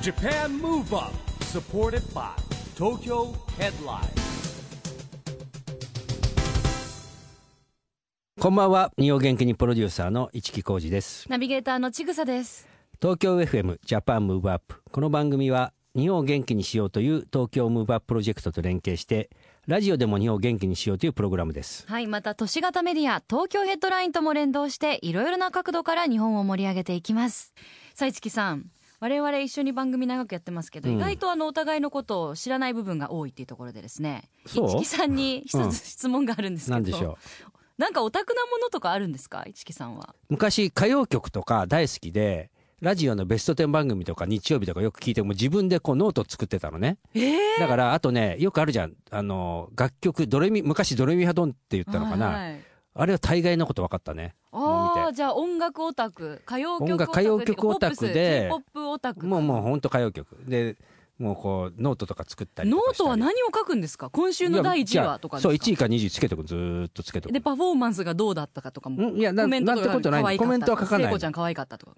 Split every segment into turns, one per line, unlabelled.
Japan Move Up supported by Tokyo Headline
こんばんは日本元気にプロデューサーの市木浩司です
ナビゲーターのちぐさです。
東京 FM ジャパンムーブアップこの番組は日本を元気にしようという東京ムーブアッププロジェクトと連携してラジオでも日本を元気にしようというプログラムです
はい、また都市型メディア東京ヘッドラインとも連動していろいろな角度から日本を盛り上げていきます。さいちきさん、我々一緒に番組長くやってますけど、意外とあのお互いのことを知らない部分が多いっていうところでですね。
そう
いちきさんに一
うん
つ質問があるんですけど。
何でしょ
なんかオタクなものとかあるんですか、いちきさんは。
う昔歌謡曲とか大好きでラジオのベスト10番組とか日曜日とかよく聞いても自分でこうノート作ってたのね、だからあとねよくあるじゃんあの楽曲ドレミ昔ドレミファドンって言ったのかな、
はいはい
あれは大概のこと分かったねもう見
ああ、
て
じゃあ音楽オタク、歌謡曲
音
オタ
楽
ク、
歌謡曲オタクで
ポップオタク。
もうもう本当歌謡曲でもうこうノートとか作ったりと
ノ
か
ー
した
ト
り
は何を書くんですか今週の第1話と
いやじゃ
かですか
あそう1位か2位つけとくずーっとつけとく
でパフォーマンスがどうだったかとかも
んいやな
コメント
なんてことない
可愛かった
コメントは書かない
聖子ちゃん可愛かったとか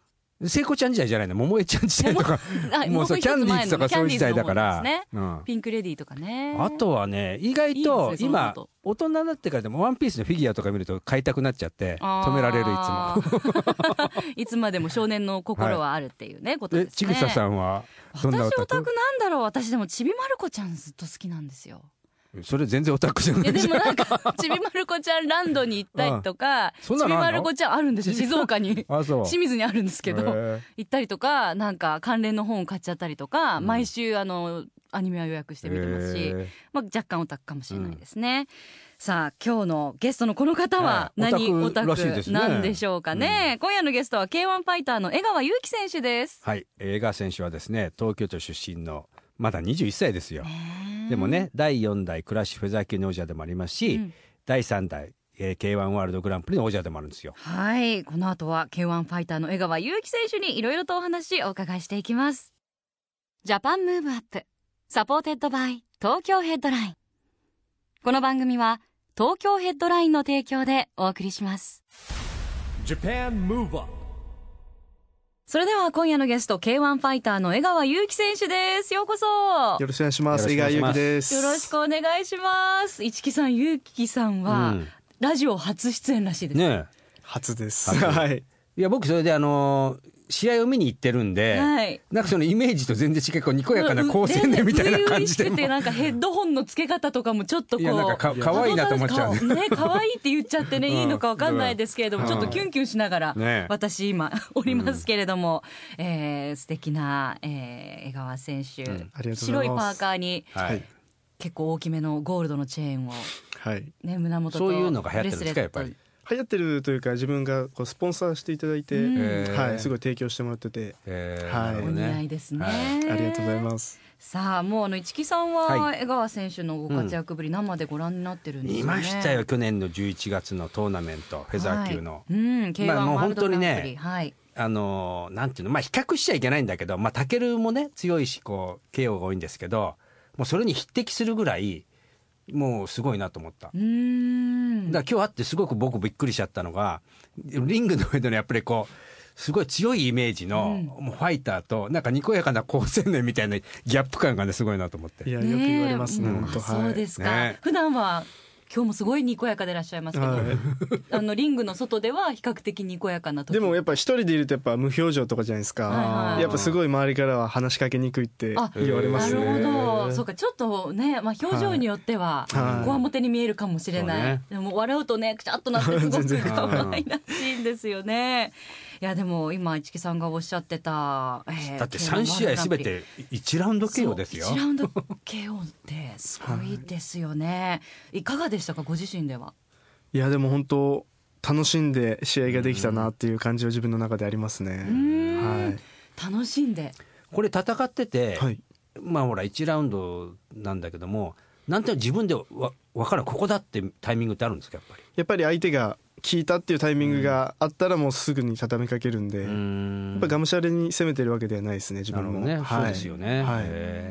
聖子ちゃん時代じゃないの桃江ちゃん時代とか
あ
もうそう
一つ
キャンディーズとか
前
そう
の
いう
ね
時代だから、
キャンディーズの方ですね
うん
ピンクレディーとかね
あとはね意外と
いいですね
今
その
大人になってからでも「ワンピースのフィギュアとか見ると買いたくなっちゃって
あー
止められるいつ
いつまでも少年の心はあるっていうね、こ と
も。え
です
ち
ね
ぐささんはどんなオ
私オ
タ
タ
ク
クなんだろう私でもちびまる子ちゃんずっと好きなんですよ
それ全然オタクじゃない
いやで
じゃ
も
ん
な んかちびまる子ちゃんランドに行ったりとか
そ
ち
んな
び
のあ
ま
んの
る子ちゃんあるんですよ静岡に
あそう
清水にあるんですけど、
へー
行ったりとかなんか関連の本を買っちゃったりとか、
うん
毎週あのアニメは予約して見てますし、
へー
まあ、若干オタクかもしれないですね、さあ今日のゲストのこの方は
はい
何
オ
オ
タ
タ
クらしいです
ク
ね
なんでしょうかね今夜のゲストは k 1ファイターの江川祐希選手です、
はい映画選手はですね東京都出身のまだ21歳ですよ、でもね第4代クラッシュフェザー級の王者でもありますし、
うん
第3代、えー、k 1ワールドグランプリの王者でもあるんですよ。
はいこの後は k 1ファイターの江川祐希選手にいろいろとお話をお伺いしていきますジャパンムーブアップサポーテッドバイ東京ヘッドラインこの番組は東京ヘッドラインの提供でお送りします
Japan Move Up
それでは今夜のゲスト K1 ファイターの江川祐希選手ですようこそ
よろしくお願いします。
よ
井
ろ
川
しくお願
祐
いします
希です。
よろしくお願いします一木さん祐希さんは、
うん
ラジオ初出演らしいです、
ね
初です。
初
はい。
えいや僕それであのー試合を見に行ってるんで、
はい
なんかそのイメージと全然違うこうにこやかな
うん
好青年みたいな感じで
初々しく
もう
てなんかヘッドホンの付け方とかもちょっとこう
いやなんかか可愛いなと思っちゃうね
顔ね可愛いって言っちゃってね、いいのかわかんないですけれども、
うん
ちょっとキュンキュンしながら、
ね
私今おりますけれども、えー素敵な、えー江川選手、
ありがとうございます
白いパーカーに
はい、
結構大きめのゴールドのチェーンを
はい。
ね胸元と
そういうのが流行ってるんですかやっぱり
ブレスレット。
流行ってるというか、自分がこうスポンサーしていただいて、
うん
へー
はい、すごい提供してもらってて。
えー
は
な
い
る
お
ほど
似合い
ね
ですね、
ありがとうございます。
さあもうあの市木さん
は
はい江川選手のご活躍ぶり生でご覧になってるんですよね。
見ましたよ去年の11月のトーナメントフェザー級の、
はいうん、K1
まあもう
ワールドグランプリ
本当にね
はい。
あのーなんていうのまあ比較しちゃいけないんだけどまあタケルもね強いしこう KO が多いんですけどもうそれに匹敵するぐらいもうすごいなと思った
うーん。
だから今日会ってすごく僕びっくりしちゃったのがリングの上でのやっぱりこうすごい強いイメージの、もうファイターとなんかにこやかな好青年みたいなギャップ感がねすごいなと思って
いや、よ
ねえ
く言われますね。
うん
本当
あそう
は
で
い。
すか。
ね
普段は今日もすごいにこやかでいらっしゃいますけど、
はい
あのリングの外では比較的にこやかな時。
でもやっぱ一人でいるとやっぱ無表情とかじゃないです
はい
か
は。い
やっぱすごい周りからは話しかけにくいって言われますね。
なるほど、そう
か。
か、ちょっとね、まあ、表情によっては
は、い
こわもてに見えるかもしれない。
そうね
でも、笑うとね、くちゃっとなって、すご
全
く
然
可愛らしいんですよね。いや、でも、今、市木さんがおっしゃってた。えー
だって3試合すべ。て1ラウンド KO ですよ
そう1ラウンド KO ってすごいですよね、い、かがでしたかご自身ではい
や、でも本当楽しんで試合ができたなっていう感じは自分の中でありますね。はい。
楽しんで
これ戦ってて、
はい
まあほら1ラウンドなんだけどもなんていうの自分でわ分かるここだってタイミングってあるんですかやっぱり
やっぱり相手が聞いたっていうタイミングがあったらもうすぐに畳みかけるんで、やっぱがむしゃらに攻めてるわけではないですね自
な
分
るほ
も
どね、
はい
そうですよね、
はい
へ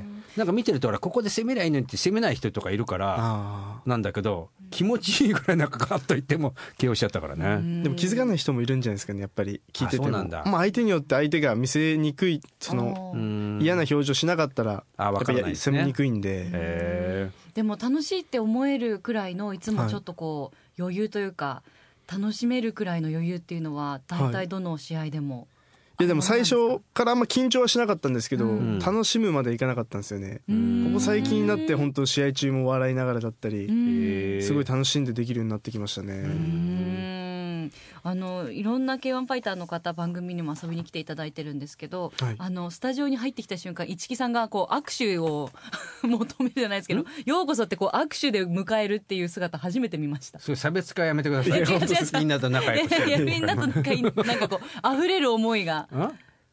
えなんか見てるとほらここで攻めりゃいいのにって攻めない人とかいるから
あ
なんだけど気持ちいいぐらいなんかガッといっても KO しちゃったからね。
あでも気づかない人もいるんじゃないですかねやっぱり聞い
あ
てて
そう
も
なんだ
まあ相手によって相手が見せにくいその
う
あー
ん
嫌な表情しなかったら
あ
やっ
わ
ぱ
からない
り
です
攻
ね
めにくいんで
へ
でも楽しいって思えるくらいのいつも
はい
ちょっとこう余裕というか楽しめるくらいの余裕っていうのは大
は
体
い
どの試合でも、
いやでも最初からあんま緊張はしなかったんですけど
うん
楽しむまでいかなかったんですよねここ最近になって本当試合中も笑いながらだった
う
り
ん
え
すごい楽しんでできるようになってきましたね
うんあのいろんな k 1ファイターの方番組にも遊びに来ていただいてるんですけど、
はい
あのスタジオに入ってきた瞬間一木さんがこう握手を求めるじゃないですけど「ようこそ」ってこう握手で迎えるっていう姿初めて見ました。
そういう差別化やめてくださ
い
い
や違う違う違う
みんなと仲
いや
良くして
いやみんなとなんかいなんかこう溢れる思いが
ん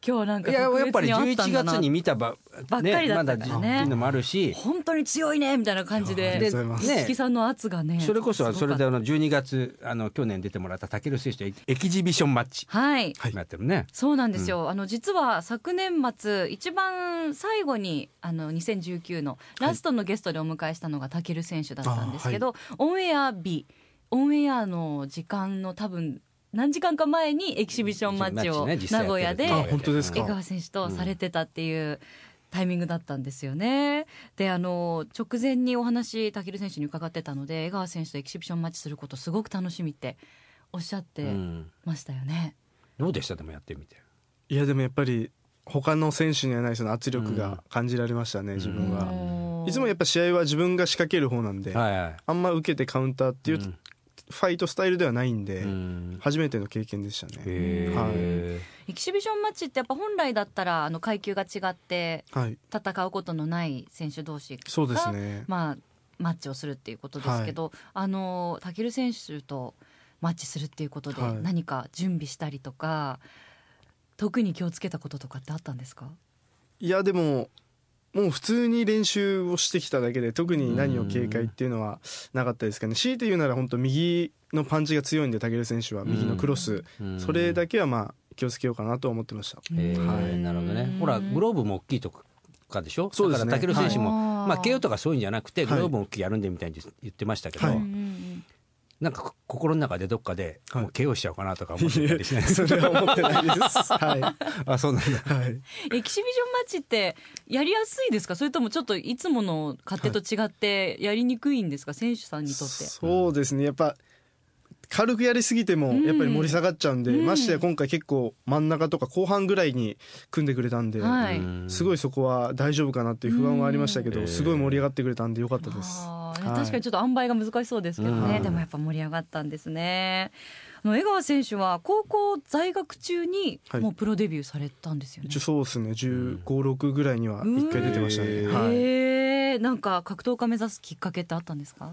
今日なんか
いや
特
やっぱ
別
り
にあった
11
んだな
月に見たば
ばっかりだ
ま
ったからね
だっていうのもあるし
本当に強いねみたいな感じ
ありが
で
とうございます
一木さんの圧がね
それこそそれで
は
あの12月あの去年出てもらった武尊選手とエキエキジビションマッチ
はい
やってるね。
そうなんですよ、あの実は昨年末一番最後にあの2019のラストのゲストでお迎えしたのがタケル選手だったんですけど、オンエア日オンエアの時間の多分何時間か前にエキシビションマッチを
ね実際
名
やってる
古屋で
あ本当です
江
か
川選手とされてたっていうタイミングだったんですよね。であの直前にお話たける選手に伺ってたので江川選手とエキシビションマッチすることすごく楽しみっておっしゃっ
う
て
ん
ましたよね。
どうでしたでもやってみて。
いやでもやっぱり他の選手にはないその圧力が感じられましたね自分
う
は
おー
いつもやっぱ試合は自分が仕掛ける方なんで、
はいはい。
あんま受けてカウンターっていうファイトスタイルではないんで、
うん
初めての経験でしたね。
へ
エキシビションマッチってやっぱ本来だったらあの階級が違って
はい、
戦うことのない選手同士が
そうですね。
まあ、マッチをするっていうことですけど、あのタケル選手とマッチするっていうことで
はい
何か準備したりとか、特に気をつけたこととかってあったんですか
いやでももう普通に練習をしてきただけで特に何を警戒っていうのはなかったですかね。強いて言うなら本当右のパンチが強いんで武尊選手は右のクロス、
うん
それだけはまあ気をつけようかなと思って ました。
え
はい
ーなるほどね。ほらグローブも大きいとかでしょ。
そうですね
だから武尊選手も
はい
まあ KO とかそういうんじゃなくて
はい
グローブも大きいやるんでみたいに言ってましたけど
はいう、
なんかこ心の中でどっかで
はい
もう KO しちゃおうかなとか思ってたりしないです。
それは思ってな いです。は
あそうなんだ。
い、はい。
エキシビションマッチってやりやすいですかそれともちょっといつもの勝手と違ってやりにくいんですか、選手さんにとって。
そうですねやっぱ軽くやりすぎても
ん
やっぱり盛り下がっちゃうんで、
うん
ましてや今回結構真ん中とか後半ぐらいに組んでくれたんで、
はい
うん
すごいそこは大丈夫かなっていう不安はありましたけど、
うん
すごい盛り上がってくれたんでよかったです。
あー
はい
確かにちょっと塩梅が難しそうですけどね、
うん
でもやっぱ盛り上がったんですね。あの江川選手は高校在学中に
はい
もうプロデビューされたんですよね。
一応そうですね15、6ぐらいには一回出てましたね、
うん
はい、
へえ、なんか格闘家目指すきっかけってあったんですか？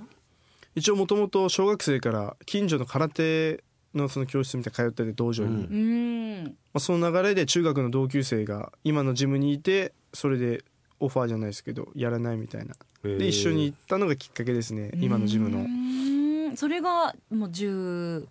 一応もともと小学生から近所の空手のその教室みたいなの通ってて道場に、
うん
うーん。
まあ、その流れで中学の同級生が今のジムにいてそれでオファーじゃないですけどやらないみたいなで一緒に行ったのがきっかけですね今のジム
う
の
ーん。それがもう十。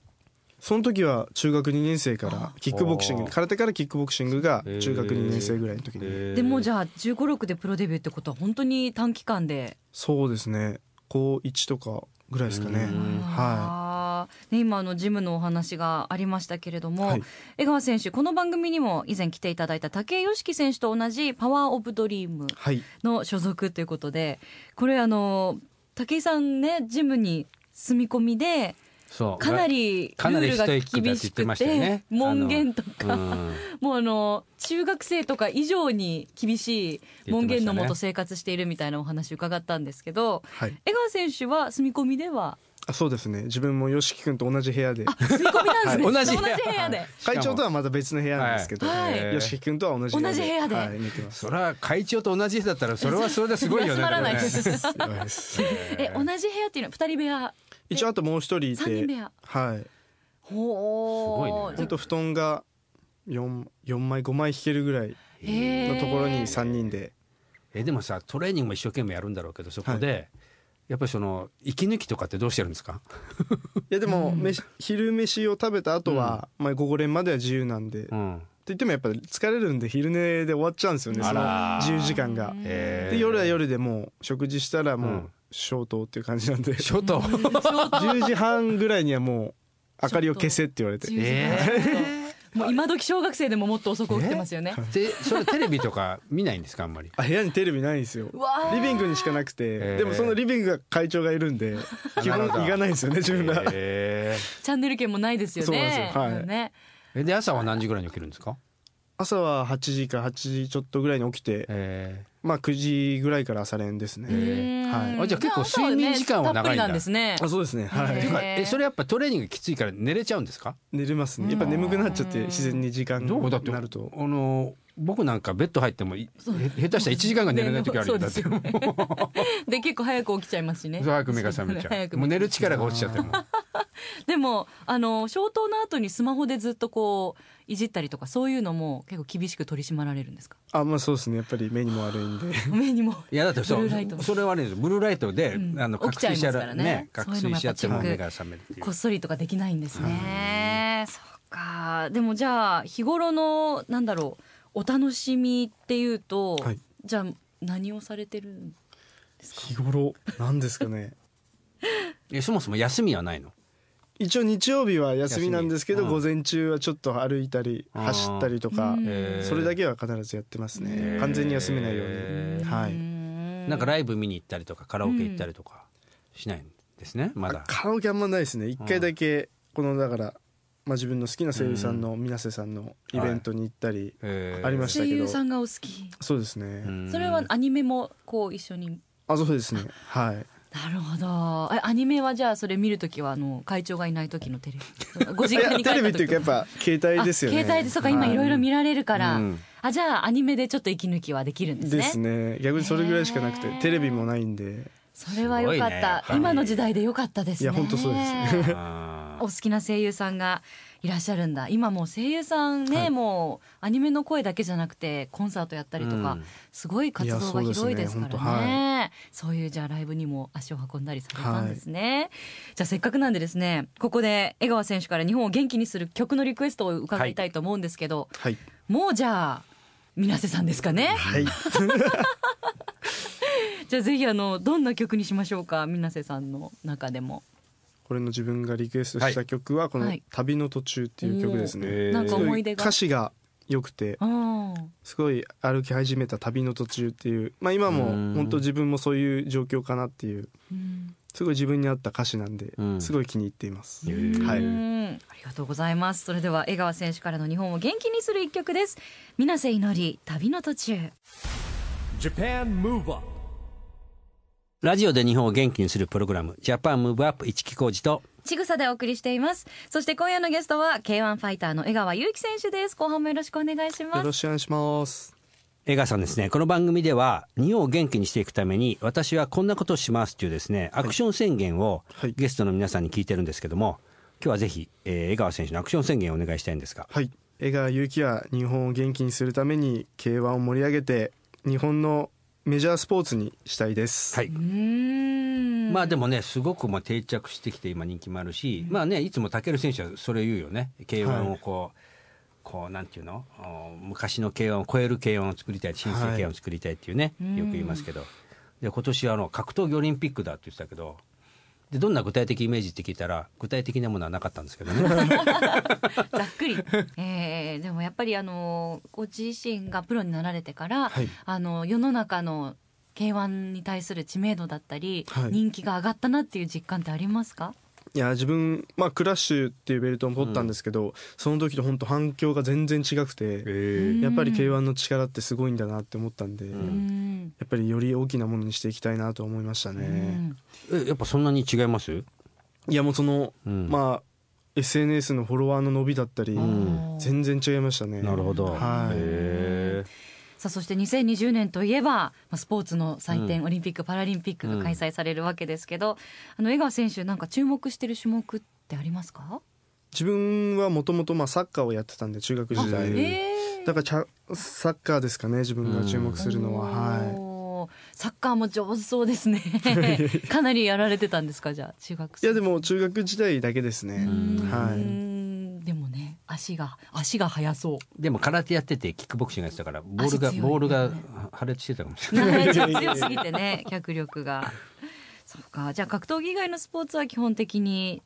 その時は中学2年生からキックボクシン
あ
グ
ー
空手からキックボクシングが中学2年生ぐらいの時に、
で
で
もうじゃあ十五六でプロデビューってことは本当に短期間で。
そうですね高1とかぐらいですかね
うん
は
はい。ね今あのジムのお話がありましたけれども、
はい
江川選手この番組にも以前来ていただいた武井良樹選手と同じパワーオブドリーム
いはい
の所属ということで、これあの武井さんねジムに住み込みで
そう
かなりル
かなり
ールが
ストイックだ
厳
って言
し
ってま
く
したよ
て
ね
門限と
う
か。
ん。
もうあの中学生とか以上に厳しい門限のもと生活しているみたいなお話伺ったんですけど、
はい
江川選手は住み込みでは
あそうですね自分も YOSHIKI 君と同じ部屋で
住み込みなんですね
同じ部屋
同じ部屋で。
会長とはまた別の部屋なんですけど
はい
YOSHIKI 君とは同じ部屋で
同じ部屋で
はい、寝てます
それは会長と同じ日だったらそれはそれですごい よね。
休まらないです
でもね。
やばいです
え同じ部屋っていうのは二人部屋。
一応あともう一人い
三人
て
部屋
はい
ほー
すごいね
本当布団が 4, 四枚5枚引けるぐらい
へー
のところに3人で
えでもさトレーニングも一生懸命やるんだろうけどそこで、やっぱりその息抜きとかってどうしてるんですか？
いやでも、飯昼飯を食べた後は、まあ午後練までは自由なんで、
うん。
言ってもやっぱり疲れるんで昼寝で終わっちゃうんですよねその
あら
自由時間が。
えー
で夜は夜でもう食事したらも
う
うん消灯っていう感じなんで
ちょっと
10時半ぐらいにはもう明かりを消せって言われて
10時もう今時小学生でももっと遅く起きてますよね。
でそれテレビとか見ないんですかあんまり
あ部屋にテレビないんですよ
わー
リビングにしかなくて、
えー
でもそのリビングが会長がいるんで基
な
本
るほど
行かないんですよね自分ら、
え
チャンネル権もないですよね。
そうなんですよはい
うんね。
ーで朝は何時ぐらいに起きるんですか
朝は8時か8時ちょっとぐらいに起きて、
え
まあ9時ぐらいから朝練ですね、
えー
はい
あじゃあ結構睡眠時間は長いんだ
朝ねたっぷりなんですね。
あそうですねはい、
ー
え
て
ー
かえそれやっぱトレーニングきついから寝れちゃうんですか
寝れますねやっぱ眠くなっちゃって自然に時間
どうだって
なると
あの僕なんかベッド入ってもいへ下手したら1時間が寝れない時あるよ
ね
だってもう
で結構早く起きちゃいますしね。
早く目が覚めちゃ
早
う
く
もう寝る力が落ちちゃってもう
でもあの消灯の後にスマホでずっとこういじったりとかそういうのも結構厳しく取り締まられるんですか。
あまあそうですねやっぱり目にも悪いんで
目にも。
いやだってそ
ブ
う
ルーライト
それはあれですブルーライトで、
うん
あの
起
覚
きちゃ
醒
い
し
ます
ちゃ
から
ら
ね
ね
そう
覚
いうの
醒
もやっぱ
しちゃっても
チェック
目が覚めるっていう
こっそりとかできないんですね。
ねえそっかでもじゃあ日頃のなんだろうお楽しみっていうと、
はい
じゃあ何をされてるん
日頃なんですかね
えそもそも休みはないの
一応日曜日は休みなんですけど、
休みう
午
ん
前中はちょっと歩いたり
あー
走ったりとか、
うん
へー
それだけは必ずやってます
へ
ね
ー
完全に休めないように、
へ
は
う
い
ん
なんかライブ見に行ったりとかカラオケ行ったりとかしないんですね、まだ
あカラオケあんまないですね一回だけこのだから、まあ、自分の好きな声優さんの水瀬さんのイベントに行ったり、
え
ありました
声
けど
優さんがお好き。
そうですね、
うん
それはアニメもこう一緒に。
あそうですねはい
なるほど。えアニメはじゃあそれ見るときはあの会長がいないときのテレビ。ご
い
実家
や
に帰
テレビ
っ
ったてい
時
うかやっぱ携帯ですよね
あ携帯でそうか今いろいろ見られるから、
うん
あじゃあアニメでちょっと息抜きはできるんですね
ですね逆にそれぐらいしかなくて
へー
テレビもないんで
それは良かっ
すごいねや
た
っ、ぱり
今の時代で良かったですね
いや本当そうです
あ
お
ー
好きな声優さんが
いらっしゃるんだ今もう声優さんね、
はい
もうアニメの声だけじゃなくてコンサートやったりとか、
うん
すごい活動が
いやそうです
広
ね
いですからね
本当
そういうじゃあライブにも足を運んだりされたんですね、じゃあせっかくなんでですねここで江川選手から日本を元気にする曲のリクエストを伺いたいと思うんですけど、
はい
もうじゃあ水瀬さんですかね
はい
じゃあぜひあのどんな曲にしましょうか水瀬さんの中でも
これの自分がリクエストした曲はこの
はい
「旅の途中」っていう曲ですね、
おー
なんか思い出が
歌詞が良くて
うん
すごい歩き始めた旅の途中っていうまあ今も
うん
本当自分もそういう状況かなっていう
うん
すごい自分に合った歌詞なんで、
うん
すごい気に入っています。は
う
い。
んありがとうございますそれでは江川選手からの日本を元気にする一曲です水瀬祈り旅の途中
Japan Move Up
ラジオで日本を元気にするプログラムジャパンムーブアップ一木工事と
ちぐさでお送りしていますそして今夜のゲストは K1 ファイターの江川祐希選手です後半もよろしくお願いしま
よ
す
ろしくお願いします。
江川さんですねこの番組では日本を元気にしていくために私はこんなことをしますというですねアクション宣言を
はい
ゲストの皆さんに聞いてるんですけども今日はぜひ、えー江川選手のアクション宣言をお願いしたいんですが
はい。江川祐希は日本を元気にするために K1 を盛り上げて日本のメジャースポーツにしたいです。
はい
うん
まあでもねすごくまあ定着してきて今人気もあるし、まあねいつも武尊選手はそれ言うよね k
はい
1をこう、こうなんていうのお昔の k 1を超える k 1を作りたい新生
はい
k 1を作りたいっていうね、よく言いますけどで今年はあの格闘技オリンピックだって言ってたけどでどんな具体的イメージって聞いたら具体的なものはなかったんですけどね
ざっくり、 えーでもやっぱりあのご自身がプロになられてから、
はい
あの世の中の K1 に対する知名度だったり、
はい
人気が上がったなっていう実感ってありますか
いや自分まあクラッシュっていうベルトも取ったんですけど、その時と本当反響が全然違くて、やっぱり K1 の力ってすごいんだなって思ったんで、
う
や
ん
っぱりより大きなものにしていきたいなと思いましたね。
うん
えやっぱそんなに違います
いやもうその、
うん
まあ SNS のフォロワーの伸びだったり、
ん
全然違いましたね。
なるほど、
はい
へ
さあそして2020年といえばまあスポーツの祭典、
う
オリンピック・パラリンピックが開催されるわけですけど、あの江川選手なんか注目してる種目ってありますか、
自分はもともとまあサッカーをやってたんで中学時代、
うん
えー
だからちゃサッカーですかね自分が注目するのは、はい
おーサッカーも上手そうです ねかなりやられてたんですかじゃあ中学
い
生
やでも中学時代だけです
う
ね
ーん
はい
でもね明足が足が速そう
でも空手やっててキックボクシングやってたからボールが、
足強いね
ボールが破裂してたかもしれない
ね強すぎてね脚力がそうかじゃあ格闘技以外のスポーツは基本的に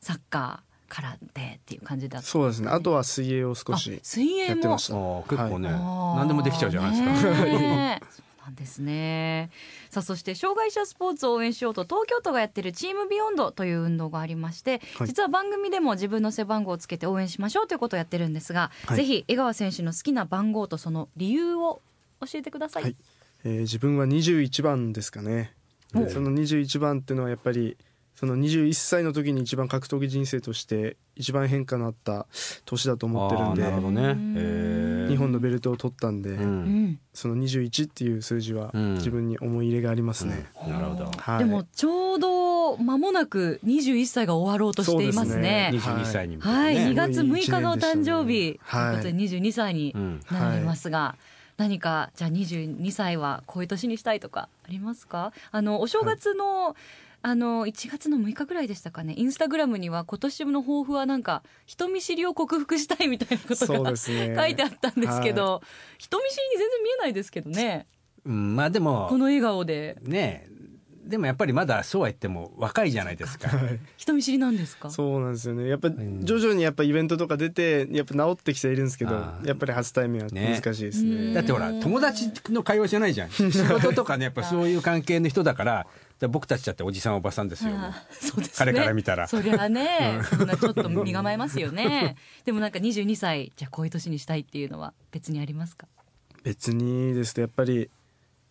サッカー空手っていう感じだった
そうですねあとは水泳を少
あ
し
水泳も
やってました
あー結構ね、
あー
何でもできちゃうじゃないですか。
ねえそうなんですねさあそして障害者スポーツを応援しようと東京都がやってるチームビヨンドという運動がありまして、
はい
実は番組でも自分の背番号をつけて応援しましょうということをやってるんですが、
はい
ぜひ江川選手の好きな番号とその理由を教えてください、
はいえー自分は21番ですかね
お
その21番っていうのはやっぱりその21歳の時に一番格闘技人生として一番変化のあった年だ と思ってるん
あーなる
で
ほどね。
うん
えー
日本のベルトを取ったんで、
うん
その21っていう数字は
うん
自分に思い入れがありますね、
うんなるほど。
はい
でもちょうど間もなく21歳が終わろうとしていますね
そう
二
です
十二歳
ね
に向けて
はい、
ね
2月6日がお誕生日と
はいいう
ことで22歳に
うん
なられますが、何かじゃあ22歳はこういう年にしたいとかありますかあのお正月の、あの1月の6日ぐらいでしたかねインスタグラムには今年の抱負はなんか人見知りを克服したいみたいなこと
そう
が、
ですね
書いてあったんですけど、人見知りに全然見えないですけどね
うんまあで
こ
も
の笑顔で
ねでもやっぱりまだそうは言っても若いじゃない ですか。
人見知りなんですか
そうなんですよねやっぱ
ん
徐々にやっぱイベントとか出てやっぱ治ってきてはいるんですけど
あー
やっぱり初対面は難しいですね
ね
だってほら友達の会話じゃないじゃん。 仕事とかねやっぱそういう関係の人だから、だから僕たちだっておじさんおばさんですよ。
あー そうですね
彼から見たら
そりゃね、そんなちょっと身構えますよねでもなんか22歳じゃあこういう年にしたいっていうのは別にありますか
別にですとやっぱり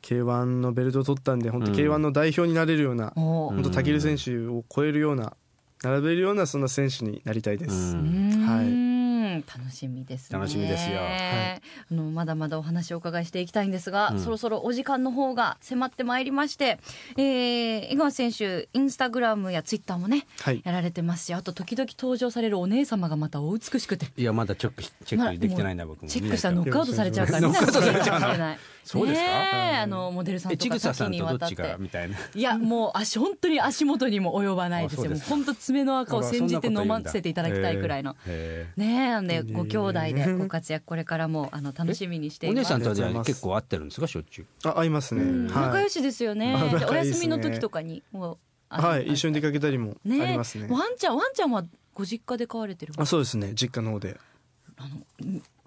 k 1のベルトを取ったんで本当
うん
k 1の代表になれるような、
おー
本当タキル選手を超えるような並べるようなそんな選手になりたいで
う
す、
うんーん楽しみですね
楽しみですよはい
あのまだまだお話をお伺いしていきたいんですが、そろそろお時間の方が迫ってまいりまして、えー江川選手インスタグラムやツイッターもね
はい
やられてますしあと時々登場されるお姉様がまたお美しくて
いやまだチェックチェックできてないな、僕も。
チェックしたら
見
ノ
ない
ックアウトされちゃうから見ないといけないかもしれない
そうですか
ねえあのモデルさ
からえ
んと
ち
か
ぐさ
多
さ
岐
ん
に
と
わ
ど
た
っ
っ
ちが
て
みたいな。
いやもう足本当に足元にも及ばないです
あそ
よ
う
も
で
う
すか
本当爪の赤を煎じて飲ませていただきたいくらいの。
へー。
ねえなんでご兄弟でご活躍これからもあの楽しみにしてい
お
ま
姉
す
さんとはじゃ
あり
あ
がとうございます
結構会ってるんですかしょっちゅう。
あ合いますね、
うん仲
は
良
い、
しですよね
あ仲いい
じゃ
です
あお
ね
休みの時とかにもうあの
はい、一緒に出かけたりもあり
ねえ
ますね
ワンちゃんワンちゃんはご実家で飼われてる
あそうですね実家の方で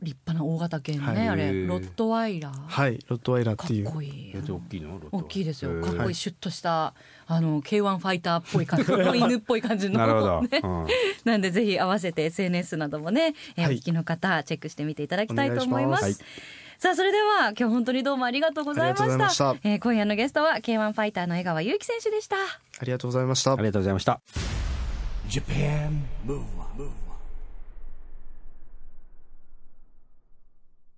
立派な大型犬ね、
はい
あれ
へえ
ロットワイラー、
はいロットワイラーっていう
かっこいい
えっと大きいの？ロット
大きいですよ。
へ
かっこい
ー
い、シュッとした、あの、K1 ファイターっぽ い感じの、犬っぽい感じの。
なるほど。
ね
うん
なんで、ぜひ合わせて SNS などもね、えー
はい
お聞きの方、チェックしてみていただきたいと思います。
お願いしま
さあ、それでは、今日本当にどうもありがとうございま
ありがとうござい
した。
ました
えー今夜のゲストは、K1 ファイターの江川祐希選手でした。
ありがとうございました
ありがとうございました。
Japan Move Up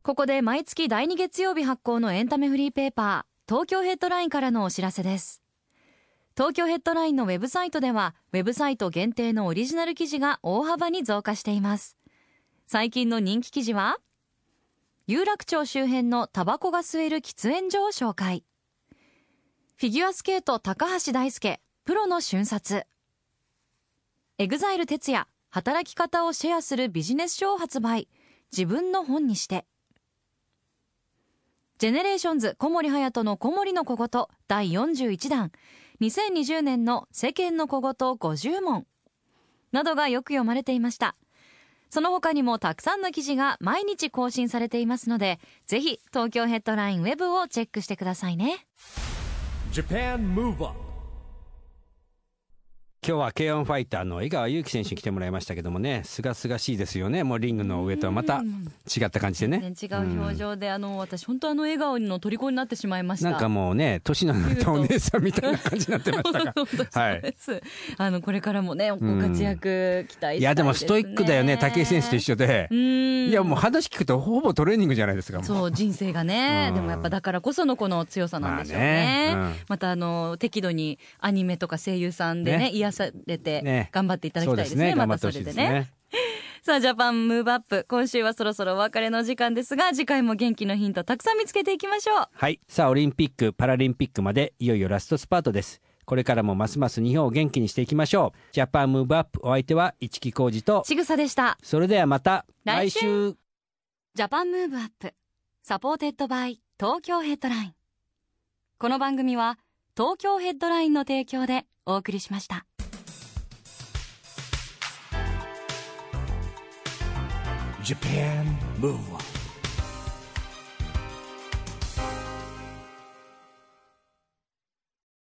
ここで毎月第2月曜日発行のエンタメフリーペーパー、東京ヘッドラインからのお知らせです。東京ヘッドラインのウェブサイトでは、ウェブサイト限定のオリジナル記事が大幅に増加しています。最近の人気記事は、有楽町周辺のタバコが吸える喫煙所を紹介。フィギュアスケート高橋大輔、プロの瞬殺。エグザイル哲也、働き方をシェアするビジネス書を発売。自分の本にして。ジェネレーションズ小森隼人の小森の小言第41弾2020年の世間の小言50問などがよく読まれていましたその他にもたくさんの記事が毎日更新されていますのでぜひ東京ヘッドラインウェブをチェックしてくださいね
Japan Move Up
今日は K1 ファイターの江川祐希選手に来てもらいましたけどもね、すがすがしいですよね。もうリングの上とはまた違った感じでね。
全然違う表情で、あの、私、本当あの笑顔の虜になってしまいました。
なんかもうね、年のなったお姉さんみたいな感じになって
。
ましたが
本当
は
そう
い。
です、あのこれからもねご活躍期待したいです、ね、
いやでもストイックだよね、武井選手と一緒で。
うん
いやもう話聞くとほぼトレーニングじゃないですか。もう
そう人生がね、
うん
でもやっぱだからこそのこの強さなんでしょうね。
まあ
ま
ねうん
たあの適度にアニメとか声優さんでね
ね
癒されて
ね
頑張っていただき
そ
た
うです
いで
す
ね。
ね。
ま
頑張
た
って
そ
ほ
れ
し
で
い
ね
ですね。
さあジャパンムーブアップ今週はそろそろお別れの時間ですが次回も元気のヒントたくさん見つけていきましょう。
はい。さあ、オリンピック・パラリンピックまでいよいよラストスパートです。これからもますます日本を元気にしていきましょうジャパンムーブアップお相手は市木浩二と
ちぐさでした。
それではまた
来週
来週
ジャパンムーブアップサポーテッドバイ東京ヘッドラインこの番組は東京ヘッドラインの提供でお送りしました。
Japan Move Up